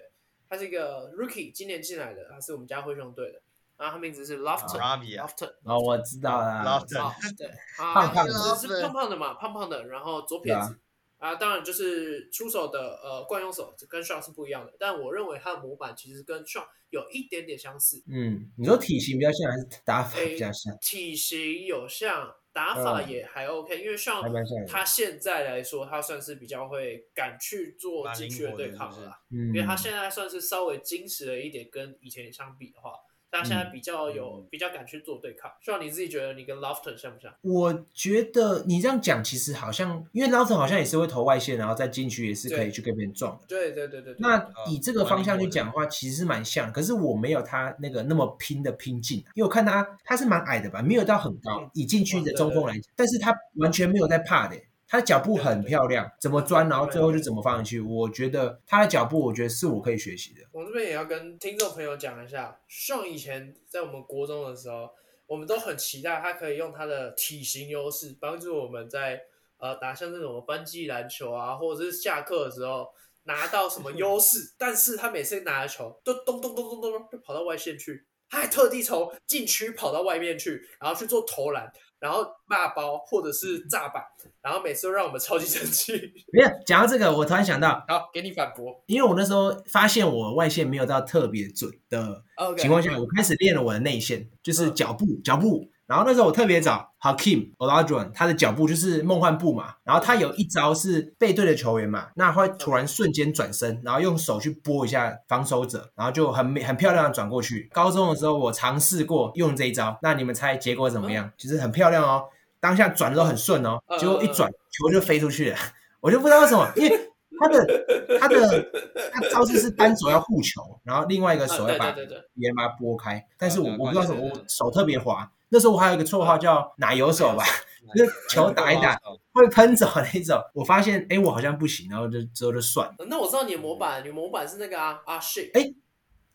Speaker 1: 他是一个 rookie，今年进来的，他是我们家灰熊队的，然后他名字是 Lofton，Lofton，、
Speaker 2: 拉比 啊，
Speaker 3: 哦，我知道啦。
Speaker 2: Lofton
Speaker 1: 啊，对，啊，
Speaker 3: 胖胖的
Speaker 1: 只是胖胖的嘛，胖胖的，然后左撇子啊当然就是出手的呃惯用手跟 Sean 是不一样的，但我认为他的模板其实跟 Sean 有一点点相似，
Speaker 3: 嗯，你说体型比较像还是打法比较像？
Speaker 1: 体型有像，打法
Speaker 3: 嗯
Speaker 1: 也还 OK，、因为像
Speaker 3: 还蛮像的
Speaker 1: 他现在来说，他算是比较会敢去做
Speaker 2: 蛮
Speaker 1: 禁
Speaker 2: 灵
Speaker 1: 区的
Speaker 2: 活的
Speaker 1: 对抗
Speaker 2: 是不
Speaker 1: 了
Speaker 2: 是
Speaker 1: 啦，
Speaker 3: 嗯，
Speaker 1: 因为他现在算是稍微矜持了一点，跟以前相比的话，他现在比较有、
Speaker 2: 嗯
Speaker 1: 比较敢去做对抗。像你自己觉得你跟 Lofton 像不像？
Speaker 3: 我觉得你这样讲，其实好像因为 l o t o n 好像也是会投外线，然后再进去也是可以
Speaker 1: 对
Speaker 3: 去跟别人撞的。
Speaker 1: 对嗯对对对对，
Speaker 3: 那以这个方向去讲的话，其实是蛮像，可是我没有他那个那么拼的拼劲，啊因为我看他他是蛮矮的吧，没有到很高
Speaker 1: 嗯，
Speaker 3: 以禁区的中锋来讲，但是他完全没有在怕的，欸他的脚步很漂亮，怎么钻，然后最后就怎么放进去。我觉得他的脚步，我觉得是我可以学习的。
Speaker 1: 我这边也要跟听众朋友讲一下，像以前在我们国中的时候，我们都很期待他可以用他的体型优势帮助我们在呃打像这种班级篮球啊，或者是下课的时候拿到什么优势。但是他每次拿了球，都咚咚咚咚咚咚就跑到外线去，他还特地从禁区跑到外面去，然后去做投篮。然后骂包或者是炸板，然后每次都让我们超级生气。
Speaker 3: 没有讲到这个，我突然想到，
Speaker 1: 好，给你反驳。
Speaker 3: 因为我那时候发现我外线没有到特别准的
Speaker 1: OK，嗯
Speaker 3: 情况下，我开始练了我的内线，就是脚步，脚步。然后那时候我特别找 Hakim Olajuwon，他的脚步就是梦幻步嘛。然后他有一招是背对的球员嘛，那会突然瞬间转身，然后用手去拨一下防守者，然后就很美很漂亮的转过去。高中的时候我尝试过用这一招，那你们猜结果怎么样？其实很漂亮哦，当下转的都很顺哦
Speaker 1: 嗯，
Speaker 3: 结果一转球就飞出去了， 我就不知道为什么，因为他的他的他招式是单手要护球，然后另外一个手
Speaker 1: 嗯
Speaker 3: 要
Speaker 1: 对
Speaker 3: 把
Speaker 1: 对对嗯对，
Speaker 3: 别人把它拨开，但是我
Speaker 2: 啊
Speaker 3: 我不知道什么，
Speaker 2: 对对
Speaker 3: 我
Speaker 2: 对
Speaker 3: 手特别滑。那时候我还有一个绰号叫奶油手吧，
Speaker 1: 嗯
Speaker 3: 就是球打一
Speaker 2: 哎
Speaker 3: 打，会喷走那种。我发现，哎，我好像不行，然后就之后就算了。
Speaker 1: 那我知道你的模
Speaker 3: 嗯
Speaker 1: 板，你的模板是那个啊啊 shit。
Speaker 3: 哎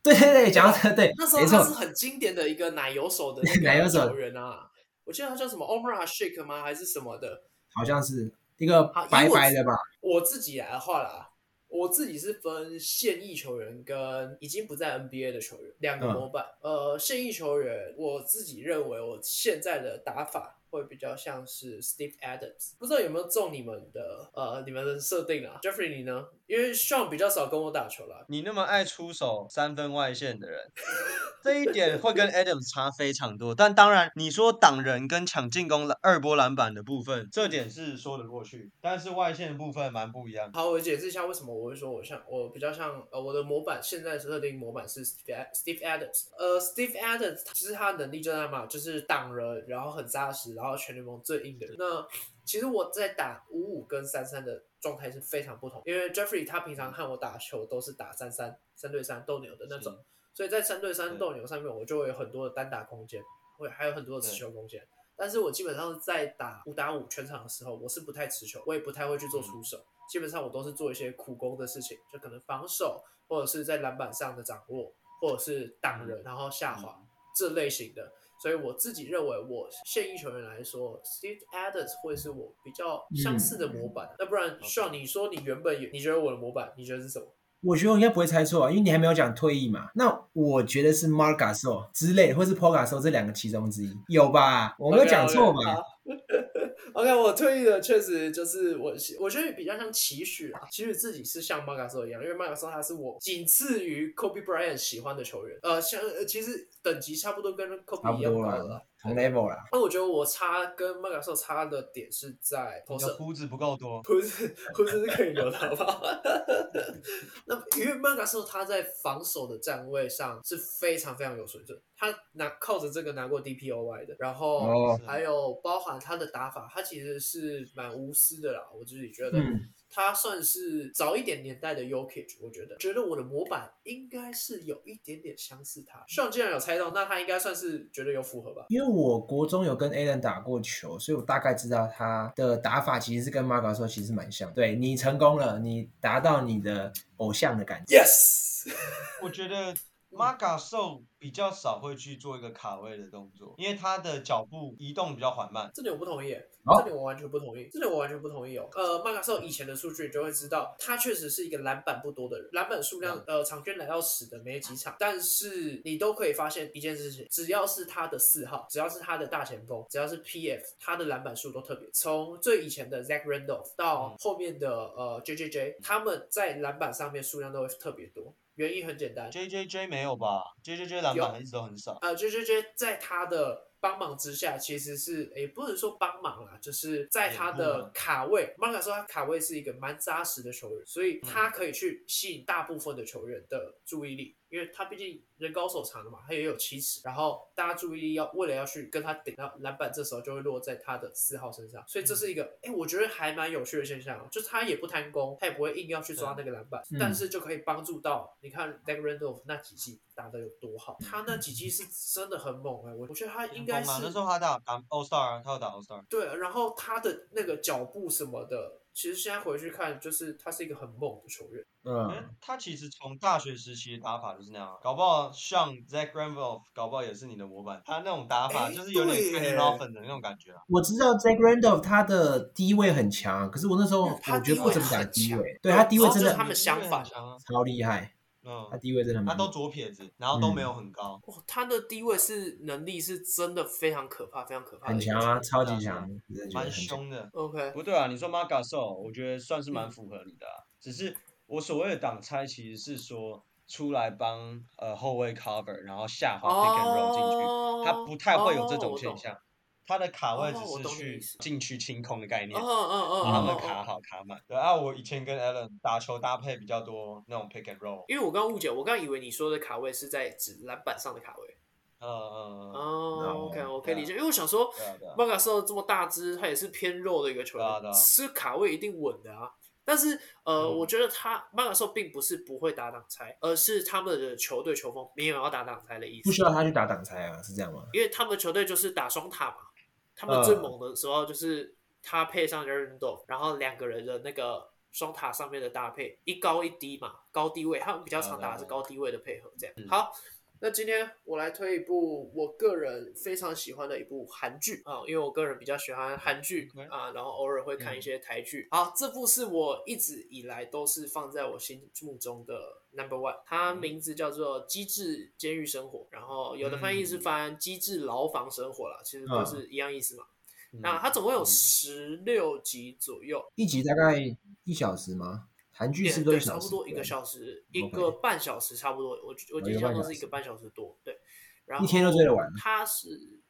Speaker 3: 对对对，讲到这个，对，
Speaker 1: 那时
Speaker 3: 没
Speaker 1: 候他是
Speaker 3: 错，
Speaker 1: 很经典的一个奶油手的那个
Speaker 3: 奶油手
Speaker 1: 球员啊，我记得他叫什么 Omar Shake 吗？还是什么的？
Speaker 3: 好像是一个
Speaker 1: 好
Speaker 3: 白
Speaker 1: 以我
Speaker 3: 白的吧，
Speaker 1: 我自己来的话啦，我自己是分现役球员跟已经不在 NBA 的球员两
Speaker 3: 嗯
Speaker 1: 个模板。呃，现役球员，我自己认为我现在的打法会比较像是 Steve Adams，不知道有没有中你们的呃你们的设定啊？Jeffrey 你呢？因为 Sean 比较少跟我打球啦。
Speaker 2: 你那么爱出手三分外线的人，这一点会跟 Adams 差非常多。但当然，你说挡人跟抢进攻篮二波篮板的部分，这点是说得过去，但是外线的部分蛮不一样。
Speaker 1: 好，我解释一下为什么我会说我像我比较像呃我的模板，现在设定模板是 Steve Ad- Steve Adams。呃，Steve Adams 其实他的能力就在嘛，就是挡人，然后很扎实，然后全联盟最硬的人。那其实我在打五五跟三三的状态是非常不同，因为 Jeffrey 他
Speaker 2: 嗯
Speaker 1: 平常看我打球都是打三三三对三斗牛的那种，所以在三对三
Speaker 2: 对
Speaker 1: 斗牛上面我就会有很多的单打空间，会还有很多的持
Speaker 2: 对
Speaker 1: 球空间。但是我基本上在打五打五全场的时候，我是不太持球，我也不太会去做
Speaker 2: 嗯
Speaker 1: 出手，基本上我都是做一些苦攻的事情，就可能防守，或者是在篮板上的掌握，或者是挡
Speaker 3: 嗯
Speaker 1: 人然后下滑这类型的。所以我自己认为，我现役球员来说，Steve Adams 会是我比较
Speaker 3: 嗯
Speaker 1: 相似的模板。啊那不然，Sean，你说你原本有你觉得我的模板，你觉得是什么？
Speaker 3: 我觉得我应该不会猜错啊，因为你还没有讲退役嘛。那我觉得是 m a r g a s o 之类的，或是 p o g a s o 这两个其中之一，有吧？我没有讲错吧？
Speaker 1: OK，我退役的确实就是我，我觉得比较像期许啊。其实自己是像麦卡索一样，因为麦卡索他是我仅次于 Kobe Bryant 喜欢的球员，呃，像呃其实等级差不多跟
Speaker 3: 差
Speaker 1: Kobe
Speaker 3: 不
Speaker 1: 一样
Speaker 3: 多
Speaker 1: 高
Speaker 3: 啦
Speaker 1: 了。，
Speaker 3: 同 level 啦。
Speaker 1: 啊那我觉得我差跟麦卡索差的点是在投
Speaker 2: 你
Speaker 1: 射
Speaker 2: 的，胡子不够多，
Speaker 1: 胡子胡子是可以留的，好不好？那因为曼卡斯他在防守的站位上是非常非常有水准，他拿靠着这个拿过 DPOY 的，然后
Speaker 3: 哦
Speaker 1: 还有包含他的打法，他其实是蛮无私的啦，我自己觉得。
Speaker 3: 嗯，
Speaker 1: 他算是早一点年代的 Yokich，我觉得，觉得我的模板应该是有一点点相似他。上既然有猜到，那他应该算是觉得有符合吧？
Speaker 3: 因为我国中有跟 Alan 打过球，所以我大概知道他的打法其实是跟 m a r g a s o 其实蛮像的。对你成功了，你达到你的偶像的感觉。
Speaker 1: Yes，
Speaker 2: 我觉得 Maga s o 比较少会去做一个卡位的动作，因为他的脚步移动比较缓慢。
Speaker 1: 这点我不同意耶，
Speaker 3: 好
Speaker 1: 这点我完全不同意，这点我完全不同意哦。呃，麦卡瑟以前的数据你就会知道，他确实是一个篮板不多的人，篮板数量呃场均来到十的没几场，但是你都可以发现一件事情，只要是他的四号，只要是他的大前锋，只要是 PF，他的篮板数都特别。从最以前的 Zach Randolph 到后面的呃 JJJ，他们在篮板上面数量都会特别多，原因很简单，
Speaker 2: J J J 没有吧？J J J 篮板一直都很少。
Speaker 1: 呃，J J J 在他的帮忙之下，其实是也不能说帮忙啦，就是在他的卡位，马卡说他卡位是一个蛮扎实的球
Speaker 2: 嗯
Speaker 1: 员，所以他可以去吸引大部分的球员的注意力，因为他毕竟人高手长的嘛，他也有七尺，然后大家注意力要为了要去跟他顶，到篮板这时候就会落在他的四号身上，所以这是一个
Speaker 2: 嗯
Speaker 1: 哎、诶我觉得还蛮有趣的现象哦，就是他也不贪功，他也不会硬要去抓那个篮板，
Speaker 3: 嗯
Speaker 1: 但是就可以帮助到你看 d e g Randolph 那几季打的有多好，他那几季是真的很猛哎、我我觉得他应该是
Speaker 2: 啊那时候他打打 All Star，啊他有打 All Star。
Speaker 1: 对，然后他的那个脚步什么的，其实现在回去看，就是他是一个很猛的球员。
Speaker 2: 可
Speaker 3: 嗯，
Speaker 2: 是他其实从大学时期的打法就是那样啊，搞不好像 Zach Granville，搞不好也是你的模板。他那种打法
Speaker 1: 哎
Speaker 2: 就是有点
Speaker 1: 对
Speaker 2: Kenny
Speaker 1: 耶
Speaker 2: r o f e n 的那种感觉啊。
Speaker 3: 我知道 Zach Randolph 他的低位很强，可是我那时候
Speaker 1: 他
Speaker 3: 我觉得不怎么打低
Speaker 1: 低位很
Speaker 3: 位
Speaker 1: 强，
Speaker 3: 对他低位真
Speaker 1: 就是
Speaker 3: 的
Speaker 1: 他们相反
Speaker 2: 啊。
Speaker 3: 超厉害。他
Speaker 2: 嗯，
Speaker 3: 地位真的蛮
Speaker 2: 他都左撇子，然后都没有很高，
Speaker 1: 哇，他的低位是能力是真的非常可怕，非常可怕的
Speaker 3: 很
Speaker 1: 一个球
Speaker 3: 强
Speaker 1: 员，
Speaker 3: 啊，超级强，真的觉得
Speaker 2: 蛮
Speaker 3: 很强。
Speaker 2: 凶的。
Speaker 1: OK，
Speaker 2: 不对啊，你说 m a g a s o 我觉得算是蛮符合你的、啊，只是我所谓的挡拆其实是说出来帮呃后卫 cover，然后下滑 pick and roll 进去，
Speaker 1: 哦，
Speaker 2: 他不太会有这
Speaker 1: 哦
Speaker 2: 种
Speaker 1: 我
Speaker 2: 现
Speaker 1: 懂
Speaker 2: 象。他的卡位
Speaker 1: 哦我
Speaker 2: 只
Speaker 1: 懂
Speaker 2: 是
Speaker 1: 你
Speaker 2: 去
Speaker 1: 意思
Speaker 2: 禁区清空的概念
Speaker 1: 哦，哦哦
Speaker 2: 把他
Speaker 1: 哦
Speaker 2: 们
Speaker 1: 哦，
Speaker 2: 卡
Speaker 1: 哦。
Speaker 2: 好卡满。对啊，我以前跟 Allen 打球搭配比较多那种 pick and roll，
Speaker 1: 因为我刚误解，我刚以为你说的卡位是在指篮板上的卡位。
Speaker 2: 嗯嗯嗯，
Speaker 1: 哦，OK，我可以
Speaker 2: 对啊
Speaker 1: 理解，因为我想说，
Speaker 2: 对啊对啊，
Speaker 1: 巴卡瑟这么大只，他也是偏肉的一个球员，
Speaker 2: 对啊对啊
Speaker 1: 吃卡位一定稳的啊。但是呃，
Speaker 2: 嗯
Speaker 1: 我觉得他巴卡瑟并不是不会打挡拆，而是他们的球队球风没有要打挡拆的意思
Speaker 3: 不，需要他去打挡拆啊，是这样吗？
Speaker 1: 因为他们球队就是打双塔嘛。他
Speaker 2: 嗯
Speaker 1: 们最猛的时候就是他配上 Aaron d o 然后两个人的那个双塔上面的搭配，一高一低嘛，高低位，他们比较常打
Speaker 2: 嗯
Speaker 1: 的是高低位的配合，这样。好，那今天我来推一部我个人非常喜欢的一部韩剧啊，因为我个人比较喜欢韩剧
Speaker 2: OK 嗯
Speaker 1: 啊，然后偶尔会看一些台剧。好，这部是我一直以来都是放在我心目中的 number one，它
Speaker 2: 嗯
Speaker 1: 名字叫做《机智监狱生活》，然后有的翻译是
Speaker 2: 嗯
Speaker 1: 翻《机智牢房生活》啦，其实
Speaker 3: 嗯
Speaker 1: 都是一样意思嘛。那
Speaker 2: 嗯
Speaker 1: 啊它总共有
Speaker 2: 嗯
Speaker 1: 十六集左右，
Speaker 3: 一集大概一小时吗？韩剧是不是
Speaker 1: 对，
Speaker 3: 都一小
Speaker 1: 差
Speaker 3: 时？
Speaker 1: 不多一个
Speaker 3: 时，
Speaker 1: 小时，一
Speaker 3: OK 哦
Speaker 1: 个半小时差不多。我我
Speaker 3: 一个
Speaker 1: 印象
Speaker 3: 半
Speaker 1: 中
Speaker 3: 小
Speaker 1: 是一个
Speaker 3: 时
Speaker 1: 半小时多，对。然后
Speaker 3: 一天就追得完。
Speaker 1: 它是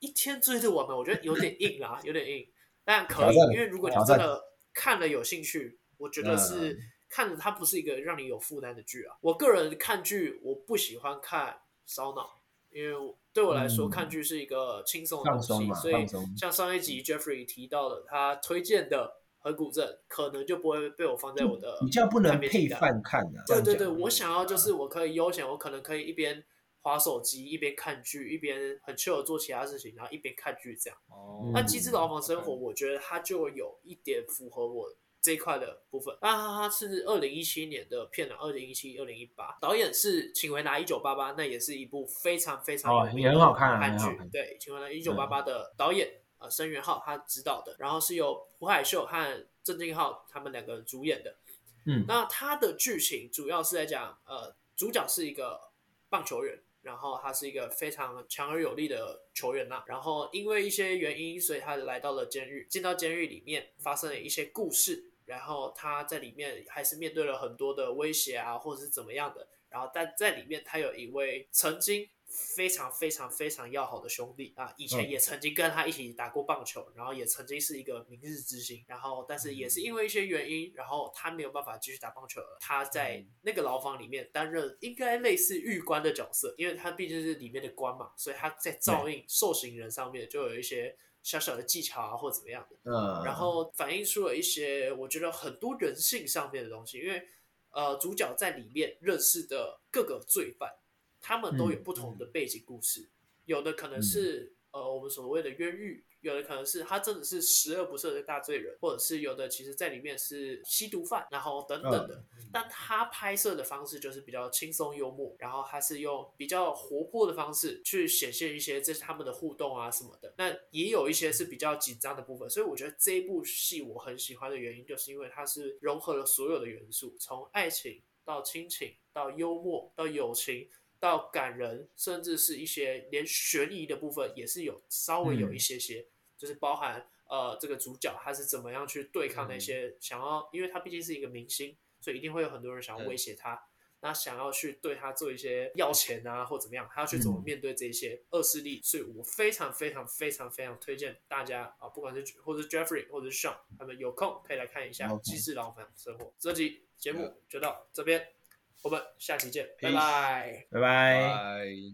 Speaker 1: 一天追得完吗？我觉得有点硬 啦，有点硬，但可
Speaker 3: 挑
Speaker 1: 以，
Speaker 3: 战
Speaker 1: 因为如果你
Speaker 3: 挑
Speaker 1: 真
Speaker 3: 战嗯
Speaker 1: 的看了有兴趣，我觉得是、看了它不是一个让你有负担的剧啊。我个人看剧，我不喜欢看烧脑，因为我对我来说、
Speaker 3: 嗯
Speaker 1: 看剧是一个轻松的
Speaker 3: 放
Speaker 1: 东
Speaker 3: 松
Speaker 1: 西，
Speaker 3: 嘛
Speaker 1: 所以
Speaker 3: 放松嗯
Speaker 1: 像上一集 Jeffrey 提到的，他推荐的《河谷镇》可能就不会被我放在我的
Speaker 3: 比较不能
Speaker 1: 看片清
Speaker 3: 配
Speaker 1: 单
Speaker 3: 饭看啊。这
Speaker 1: 对
Speaker 3: 样
Speaker 1: 对
Speaker 3: 讲
Speaker 1: 对，我想要就是我可以悠闲，我可能可以一边划手机，一边看剧，一边很 chill 地做其他事情，然后一边看剧这样。
Speaker 2: 哦
Speaker 1: 那《
Speaker 3: 嗯
Speaker 1: 机智牢房生活》，
Speaker 2: OK
Speaker 1: 我觉得它就有一点符合我这一块的部分。那它是二零一七年的片了，二零一七、二零一八，导演是《请回答一九八八》，那也是一部非常非常
Speaker 3: 哦
Speaker 1: 有名
Speaker 3: 也很
Speaker 1: 的
Speaker 3: 好看啊
Speaker 1: 韩
Speaker 3: 也很
Speaker 1: 剧
Speaker 3: 好看。
Speaker 1: 对，《请回答一九八八》的导演呃申元浩他执导的，然后是由胡海秀和郑敬浩他们两个主演的。
Speaker 3: 嗯
Speaker 1: 那它的剧情主要是在讲，呃，主角是一个棒球员，然后他是一个非常强而有力的球员呐、然后因为一些原因，所以他来到了监狱。进到监狱里面，发生了一些故事，然后他在里面还是面对了很多的威胁啊，或者是怎么样的。然后但在里面，他有一位曾经。非常非常非常要好的兄弟啊！以前
Speaker 3: 嗯
Speaker 1: 也曾经跟他一起打过棒球，然后也曾经是一个明日之星，然后但是也是因为一些原因，然后他没有办法继续打棒球了。他在那个牢房里面担任应该类似狱官的角色，因为他毕竟是里面的官嘛，所以他在照应受刑人上面就有一些小小的技巧啊，或怎么样的。
Speaker 3: 嗯，
Speaker 1: 然后反映出了一些我觉得很多人性上面的东西，因为呃，主角在里面认识的各个罪犯，他们都有
Speaker 3: 嗯
Speaker 1: 不同的背景故事，有的可能是、呃我们所谓的冤狱，有的可能是他真的是十恶不赦的大罪人，或者是有的其实在里面是吸毒犯，然后等等的。
Speaker 3: 嗯
Speaker 1: 但他拍摄的方式就是比较轻松幽默，然后他是用比较活泼的方式去显现一些这是他们的互动啊什么的。那也有一些是比较紧张的部分，所以我觉得这一部戏我很喜欢的原因，就是因为它是融合了所有的元素，从爱情到亲情，到幽默，到友情。到感人，甚至是一些连悬疑的部分也是有稍微有一些些，就是包含呃这个主角他是怎么样去对抗那些想要，因为他毕竟是一个明星，所以一定会有很多人想要
Speaker 2: 对
Speaker 1: 威胁他，那想要去对他做一些要钱啊或怎么样，他要去怎么面对这些恶势力。所以我非常非常非常非常推荐大家啊，不管是或者是 Jeffrey 或者是 Sean，他们有空可以来看一下《
Speaker 3: OK
Speaker 1: 机智牢房生活》这集节目就到这边，我们下期见，拜
Speaker 2: Peace
Speaker 1: 拜。
Speaker 3: 拜拜。
Speaker 2: 拜。